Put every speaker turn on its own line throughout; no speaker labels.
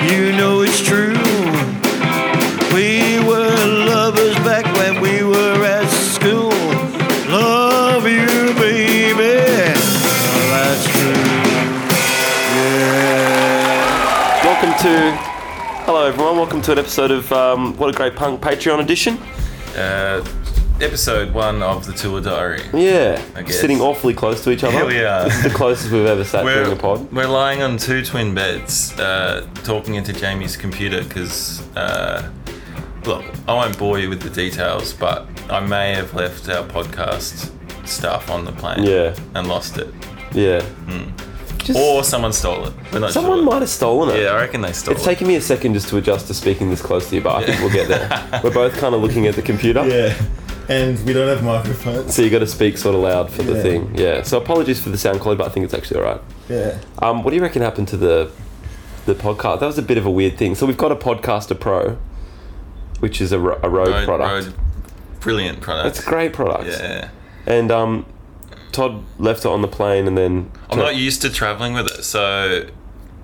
you know it's true. We were lovers back when we were at school. Love you, baby. That's true. Yeah.
Welcome to. Hello, everyone. Welcome to an episode of um, What a Great Punk Patreon edition.
Uh, episode one of the tour diary.
Yeah,
guess.
sitting awfully close to each other.
Here we are.
This is the closest we've ever sat during
We're,
a pod.
we're lying on two twin beds, uh, talking into Jamie's computer because, uh, look, I won't bore you with the details, but I may have left our podcast stuff on the plane
Yeah.
and lost it.
Yeah. Just,
Or someone stole it. We're not
someone
sure.
might have stolen it.
Yeah, I reckon they stole
It's
it.
taken me a second just to adjust to speaking this close to you, but I think we'll get there. We're both kind of looking at the computer.
Yeah, and we don't have microphones.
So you got to speak sort of loud for the
Yeah.
thing. Yeah. So apologies for the sound quality, but I think it's actually all right.
Yeah,
Um, what do you reckon happened to the the podcast? That was a bit of a weird thing. So we've got a Podcaster Pro, which is a, ro- a road,
Road-
product.
road- brilliant product.
It's a great product.
Yeah.
And um, Todd left it on the plane, and then
I'm not used to traveling with it, so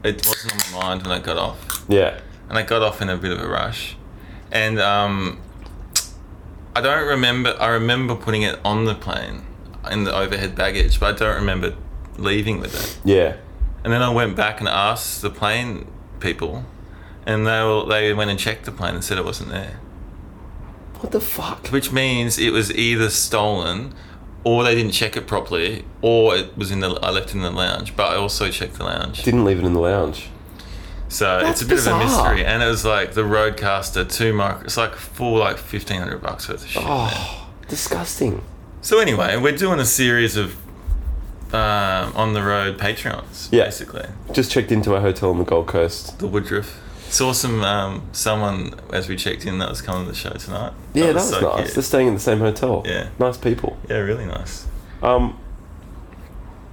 it wasn't on my mind when I got off.
yeah,
and I got off in a bit of a rush. And um, I don't remember. I remember putting it on the plane in the overhead baggage, but I don't remember leaving with it.
yeah,
And then I went back and asked the plane people, and they were, they went and checked the plane and said it wasn't there,
what the fuck?
which means it was either stolen. Or they didn't check it properly, or it was in the. I left it in the lounge, but I also checked the lounge.
Didn't leave it in the lounge.
So
That's
it's a bit of
bizarre.
a mystery, and it was like the Roadcaster two micro. It's like full like fifteen hundred bucks worth of shit.
Oh, disgusting.
So anyway, we're doing a series of um, on the road Patreons,
Yeah.
basically.
Just checked into my hotel on the Gold Coast.
The Woodruff saw some um, someone as we checked in that was coming to the show tonight.
Yeah, that was,
so
nice.
cute.
They're staying in the same hotel.
Yeah.
nice people.
Yeah, really nice.
Um,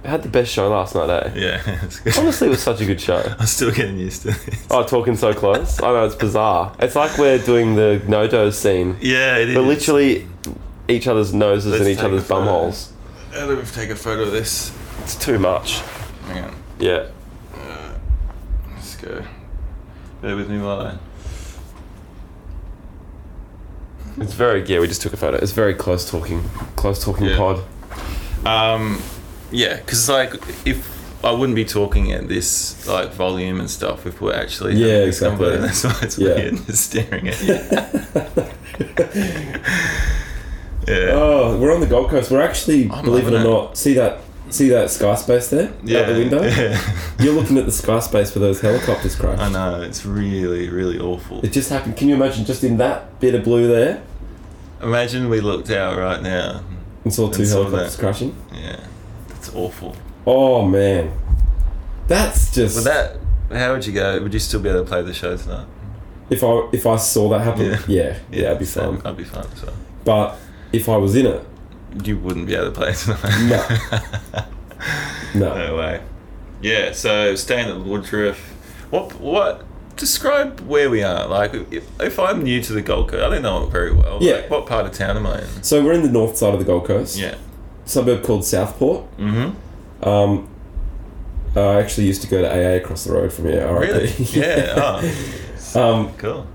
I had the best show last night, eh?
Yeah, it's good.
Honestly, it was such a good show.
I'm still getting used to this.
Oh, talking so close. I know it's bizarre. It's like we're doing the no dose scene.
Yeah, it is.
We're literally each other's noses
Let's
and each
take
other's
a photo.
bumholes.
How do we take a photo of this?
It's too much.
Hang on,
Yeah.
let's go. Bear with me while I.
It's very yeah. We just took a photo. It's very close talking. Close talking
Yeah.
pod.
Um, yeah, because like if I wouldn't be talking at this like volume and stuff if we're actually having
Yeah,
this
exactly.
convo. That's why it's
Yeah.
weird just staring at you. yeah,
Oh, we're on the Gold Coast. We're actually,
I'm
believe it or
loving it.
not, see that see that sky space there
yeah,
out the window.
yeah.
You're looking at the sky space where those helicopters crash.
I know it's really, really awful.
It just happened. Can you imagine just in that bit of blue there
Imagine we looked out right now.
and saw two
And saw
helicopters
that.
crashing?
Yeah, that's awful.
Oh man, that's just.
With that, how would you go? Would you still be able to play the show tonight?
if I if I saw that happen,
Yeah.
yeah, yeah, that'd be
so
fun.
I'd be fine. So
But if I was in it,
you wouldn't be able to play tonight. No.
no.
No way. Yeah, so staying at Woodruff. What what describe where we are? Like if, if I'm new to the Gold Coast, I don't know it very well.
Yeah.
Like, what part of town am I in?
So we're in the north side of the Gold Coast.
Yeah.
Suburb called Southport.
Mm-hmm.
Um, I actually used to go to AA across the road from here. RIP.
Really? Yeah. Oh,
Um,
cool.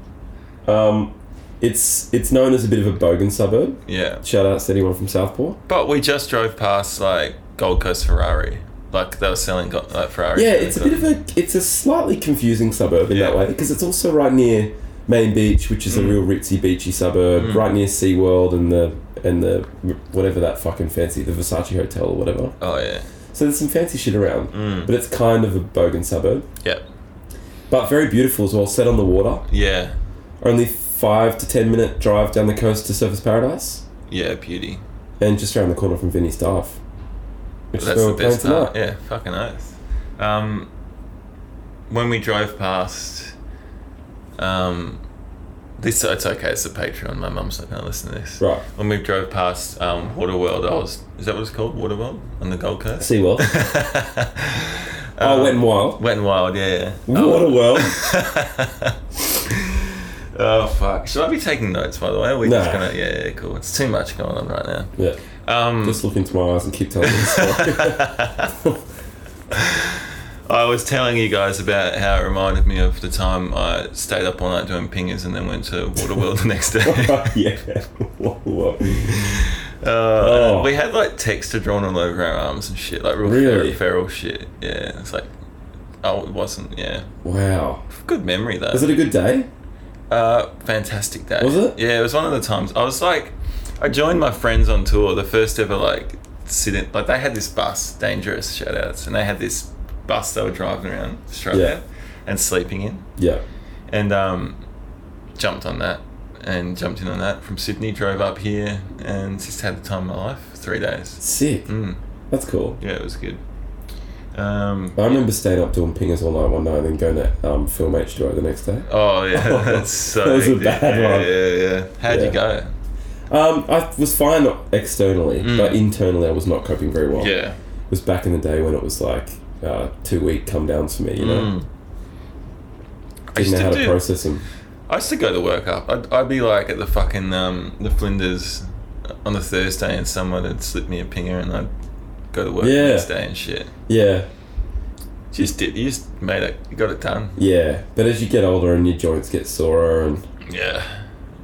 um, it's it's known as a bit of a bogan suburb.
Yeah.
Shout outs to anyone from Southport.
But we just drove past like Gold Coast Ferrari. Like they were selling go- like Ferrari.
Yeah, it's a bit of a it's a slightly confusing suburb in that
Yeah. Mm.
way because it's also right near Main Beach, which is a real ritzy beachy suburb, right near SeaWorld and the and the whatever that fucking fancy the Versace Hotel or whatever.
Oh yeah.
So there's some fancy shit around,
Mm.
but it's kind of a bogan suburb,
Yep.
but very beautiful as well, set on the water.
Yeah.
only five to ten minute drive down the coast to Surface Paradise,
Yeah. Beauty.
and just around the corner from Vinny's Staff. Which
That's the
we're playing
best uh, part.
tonight.
Yeah, fucking oath. Um, when we drove past, um, this it's okay. It's a Patreon. My mum's not gonna listen to this.
Right.
When we drove past um, Waterworld, I was is that what it's called? Waterworld on the Gold Coast.
Sea World.
Um,
oh, Wet and Wild.
Wet and Wild. Yeah. yeah.
What a world.
Oh fuck! Should I be taking notes by the way? We're just
Nah.
gonna yeah, yeah, cool. It's too much going on right now.
Yeah.
Um,
Just look into my eyes and keep telling me the story.
I was telling you guys about how it reminded me of the time I stayed up all night doing pingers and then went to Waterworld the next day.
yeah. Whoa, whoa.
Uh,
Oh.
We had like texture drawn all over our arms and shit, like real
Really?
feral, feral shit. Yeah, it's like, oh, it wasn't. Yeah,
Wow.
good memory though.
Was it a good day?
Uh, fantastic day.
Was it?
Yeah, it was one of the times. I was like, I joined my friends on tour. The first ever like sit in, like they had this bus, dangerous shout outs, and they had this bus they were driving around Australia and sleeping in,
Yeah.
and um, jumped on that and jumped in on that from Sydney. Drove up here and just had the time of my life. Three days.
Sick.
Mm,
That's cool.
yeah, it was good. Um,
I remember staying up doing pingers all night one night and then going to um, film H2O the next day.
oh yeah, that's so.
That was a
hectic.
bad
yeah,
one.
Yeah, yeah. How'd
Yeah.
you go?
Um, I was fine externally, but internally I was not coping very well.
Mm. Yeah.
It was back in the day when it was like uh, two week come downs for me, you know?
Mm. I
Didn't
used
know how
to
to
do
process them.
I used to go to work up. I'd, I'd be like at the fucking um, the Flinders on the Thursday, and someone had slipped me a pinger, and I'd go to work
Yeah.
the next day and shit.
Yeah,
Just did. You just made it. You got it done.
yeah. But as you get older and your joints get sorer and
Yeah,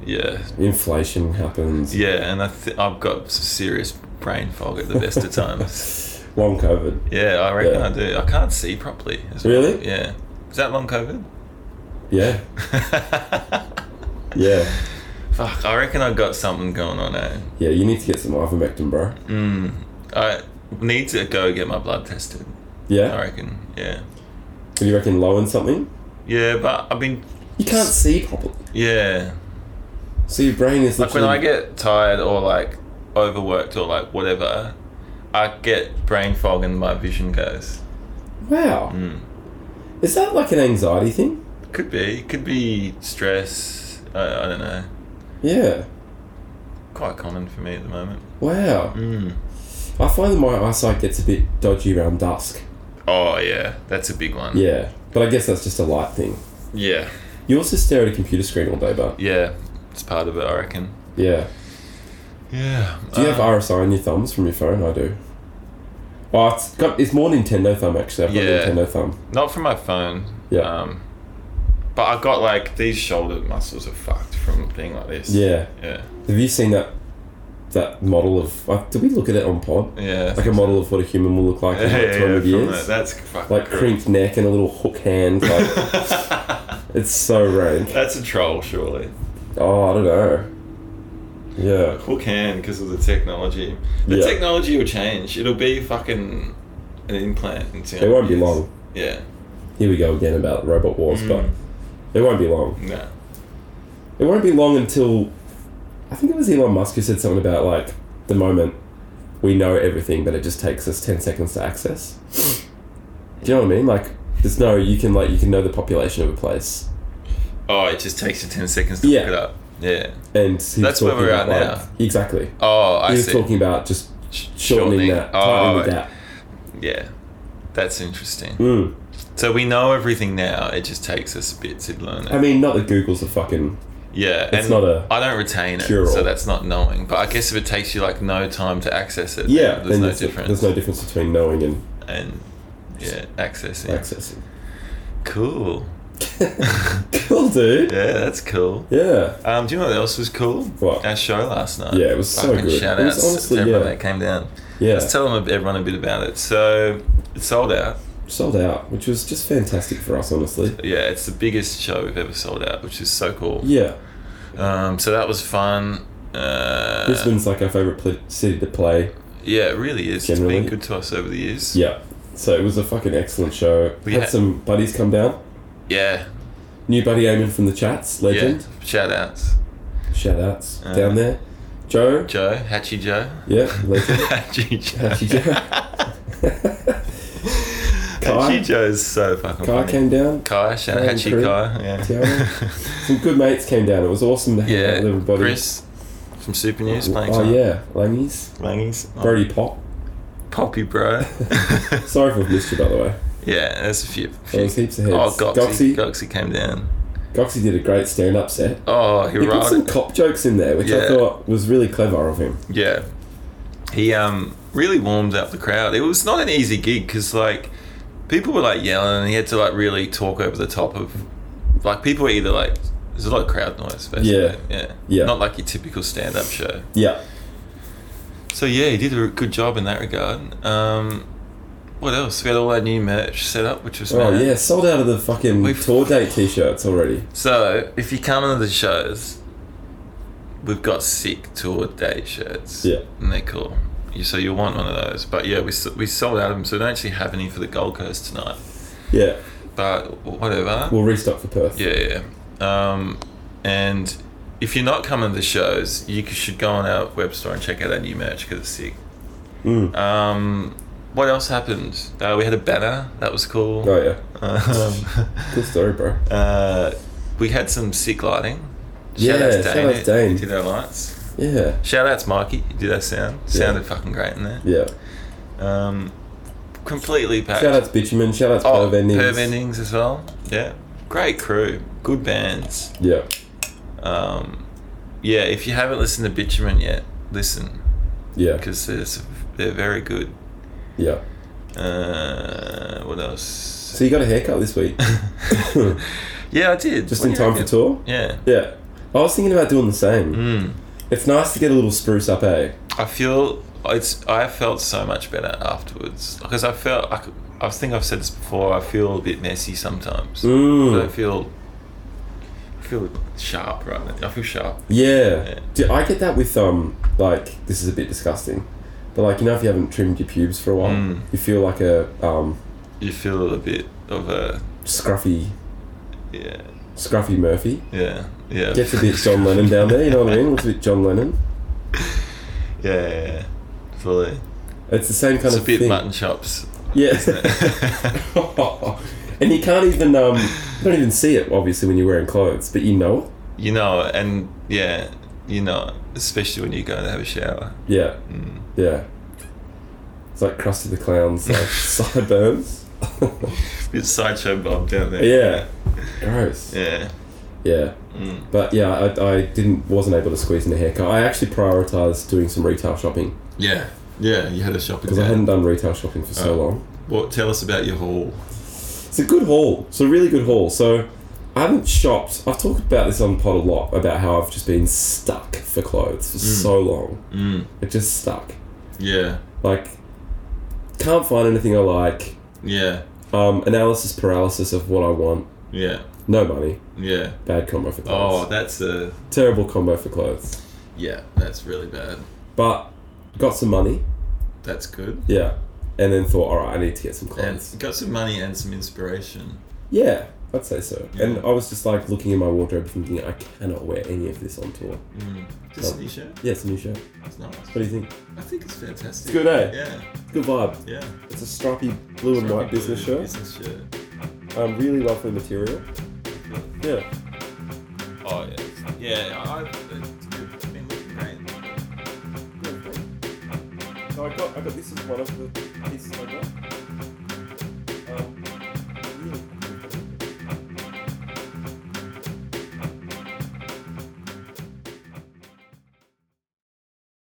yeah,
inflation happens,
yeah. And I th- I've got some serious brain fog at the best of times.
long COVID.
Yeah, I reckon
Yeah.
I do. I can't see properly. As Well.
Really?
Yeah. Is that long COVID?
Yeah, yeah,
Fuck. I reckon I got something going on. Eh?
yeah. You need to get some ivermectin, bro.
I need to go get my blood tested.
Yeah.
I reckon. Yeah.
Do you reckon low in something?
Yeah, but I've been.
You can't see properly,
Yeah.
so your brain is
Like when
literally.
I get tired or like overworked or like whatever, I get brain fog and my vision goes. Hmm.
wow. Is that like an anxiety thing?
Could be. Could be stress. I, I don't know.
Yeah.
Quite common for me at the moment. Hmm.
Wow. I find that my eyesight gets a bit dodgy around dusk.
Oh, yeah. That's a big one.
Yeah, but I guess that's just a light thing.
Yeah.
You also stare at a computer screen all day, but
Yeah. It's part of it, I reckon. Um,
yeah.
Yeah.
Do you have RSI on your thumbs from your phone? I do. Oh, it's got it's more Nintendo thumb actually. I've got
Yeah.
Nintendo thumb.
Not from my phone.
Yeah.
Um, but I got like these shoulder muscles are fucked from being like this.
Yeah.
Yeah.
Have you seen that that model of? Uh, did we look at it on pod?
Yeah.
Like a model of what a human will look like in
Yeah,
like
yeah,
twelve
from that.
years.
That's fucking
Like
gross.
crimped neck and a little hook hand. Like it's so rank.
That's a troll, surely.
Oh, I don't know. Yeah.
Hook hand because of the technology. The
Yeah.
technology will change. It'll be fucking an implant. In
It won't be long.
Yeah.
Here we go again about robot wars,
Mm.
but it won't be long.
No.
It won't be long until I think it was Elon Musk who said something about like the moment we know everything, but it just takes us ten seconds to access. Do you know what I mean? Like, there's no you can like you can know the population of a place,
Oh, it just takes you 10 seconds to
Yeah.
look it up. Yeah.
and he
That's
was
where
talking
we're
about,
at
like-
now.
Exactly,
Oh, I
he was
see.
talking about just
Sh-
shortening, that,
Oh,
tightening the gap.
yeah. That's interesting.
Mm.
So we know everything now. It just takes us a bit to learn it.
I mean, not that Google's a fucking
yeah.
it's
and
not a
I don't retain it,
cure-all.
so that's not knowing. But I guess if it takes you like no time to access it,
yeah.
there's
then
no
there's,
difference.
there's no difference between knowing and
and yeah, accessing.
accessing.
Cool.
Cool, dude.
Yeah, that's cool.
Yeah,
Um, do you know what else was cool?
What?
Our show last night.
Yeah, it was so good.
Shout
It
outs
was honestly-
to everyone
yeah.
that came down.
yeah.
Let's tell them everyone a bit about it. So it sold out.
Sold out, which was just fantastic for us, honestly.
Yeah, it's the biggest show we've ever sold out, which is so cool.
Yeah.
Um, so that was fun. Uh,
Brisbane's like our favourite pl- city to play.
Yeah, it really is. It's
Generally.
been good to us over the years.
Yeah. So it was a fucking excellent show.
We
had,
had-
some buddies come down.
Yeah.
New buddy Eamon from the chats,
Yeah.
legend.
Shout outs.
Shout outs
Uh,
down there. Joe.
Joe, Hatchie Joe.
Yeah, legend.
Hatchie Joe.
Actually, Joe.
Hatchie
Kai.
Joe's so fucking
Kai
funny.
came down.
Kai, shout out
Kai and
Hatchie
crew.
Kai. Yeah.
Tiara. Some good mates came down. It was awesome to hang out
Yeah,
with everybody.
Chris from Super News playing
oh,
some
yeah. Langies.
Langies. Oh,
Brody Pop.
Poppy bro.
Sorry if I've missed you, by the way.
yeah, there's a few.
There
few.
was heaps of heads.
Oh, Goxie.
Goxie.
Goxie came down.
Goxie did a great stand up set.
Oh, he
He put some
rolled.
cop jokes in there, which
Yeah.
I thought was really clever of him.
Yeah, he um really warmed up the crowd. It was not an easy gig because like people were like yelling, and he had to like really talk over the top of, like people were either like there's a lot of crowd noise, basically.
Yeah.
yeah,
Yeah.
not like your typical stand-up show.
Yeah.
So yeah, he did a good job in that regard. Um, what else? We had all our new merch set up, which was
Oh
mad.
yeah, sold out of the fucking
We've-
tour date t-shirts already.
So if you come to the shows, we've got sick tour day shirts.
Yeah.
and they're cool. You- So you'll want one of those. But yeah, we s- we sold out of them, so we don't actually have any for the Gold Coast tonight.
Yeah,
But whatever.
we'll restock for Perth.
Yeah, yeah. Um, and if you're not coming to the shows, you c- should go on our web store and check out our new merch because it's sick.
Mm.
Um, what else happened? Uh, we had a banner that was cool.
Oh yeah,
Um,
cool story, bro.
uh, we had some sick lighting.
Yeah,
outs
shout outs Dane.
who Did our lights.
Yeah,
Shout outs Mikey, who did our sound. Sounded fucking great in there.
yeah.
Um, completely packed.
Shout outs Bitumen. Shout outs
Uh, oh,
Perv Endings.
Perv Endings as well. Yeah. Great crew. Good bands.
Yeah,
Um, yeah, if you haven't listened to Bitumen yet, listen
yeah,
because they're very good.
yeah.
Uh, what else?
So you got a haircut this week,
Yeah, I did.
just
What
in
do you
time for
reckon?
tour.
Yeah.
Yeah, I was thinking about doing the same.
Mm.
It's nice to get a little spruce up, eh?
I feel it's. I felt so much better afterwards because I felt. I, could- I think I've said this before. I feel a bit messy sometimes. But I
Mm.
feel. I feel sharp right now. I feel sharp.
Yeah. Do I get that with um like this is a bit disgusting, but like you know if you haven't trimmed your pubes for a while,
Mm.
you feel like a um
You feel a bit of a.
scruffy
Yeah.
scruffy Murphy.
Yeah. Yeah.
Gets a bit John Lennon down there. You know what I mean? Looks a bit John Lennon.
Yeah. yeah, yeah. Fully.
It's the same kind
It's a
of
bit
thing.
mutton chops.
Yeah. and you can't even um, you don't even see it obviously when you're wearing clothes, but you know it.
you know, and yeah, you know, especially when you go and have a shower.
Yeah,
Mm.
yeah. It's like Krusty the Clown's like sideburns.
It's sideshow Bob down there.
Yeah. Gross. Yeah.
Yeah. Mm.
But yeah, I, I didn't wasn't able to squeeze in a haircut. I actually prioritized doing some retail shopping
Yeah. Yeah. You had a shopping
because I hadn't done retail shopping for so
Oh.
long.
What? Tell us about your haul.
It's a good haul. It's a really good haul. So I haven't shopped. I've talked about this on the pod a lot about how I've just been stuck for clothes for so long.
Mm.
It just stuck.
Yeah.
Like can't find anything I like.
Yeah.
Um, analysis paralysis of what I want.
Yeah.
No money.
Yeah.
Bad combo for clothes.
Oh, that's a
Terrible combo for clothes.
yeah. That's really bad.
But got some money.
That's good.
Yeah. And then thought, all right, I need to get some
And
clothes.
got some money and some inspiration.
yeah, I'd say so.
Yeah.
And I was just like looking in my wardrobe, thinking, I cannot wear any of this on tour.
Mm. Just a new shirt.
Yeah, it's a new shirt.
That's nice.
What do you think?
I think it's fantastic.
It's good, eh?
Yeah.
Good vibe.
Yeah.
It's a stripy blue and white business shirt.
Business shirt.
Um, really lovely material. Yeah.
Oh yeah, yeah. I, it's been looking great.
So I got, Um, I got this is one of the pieces I got.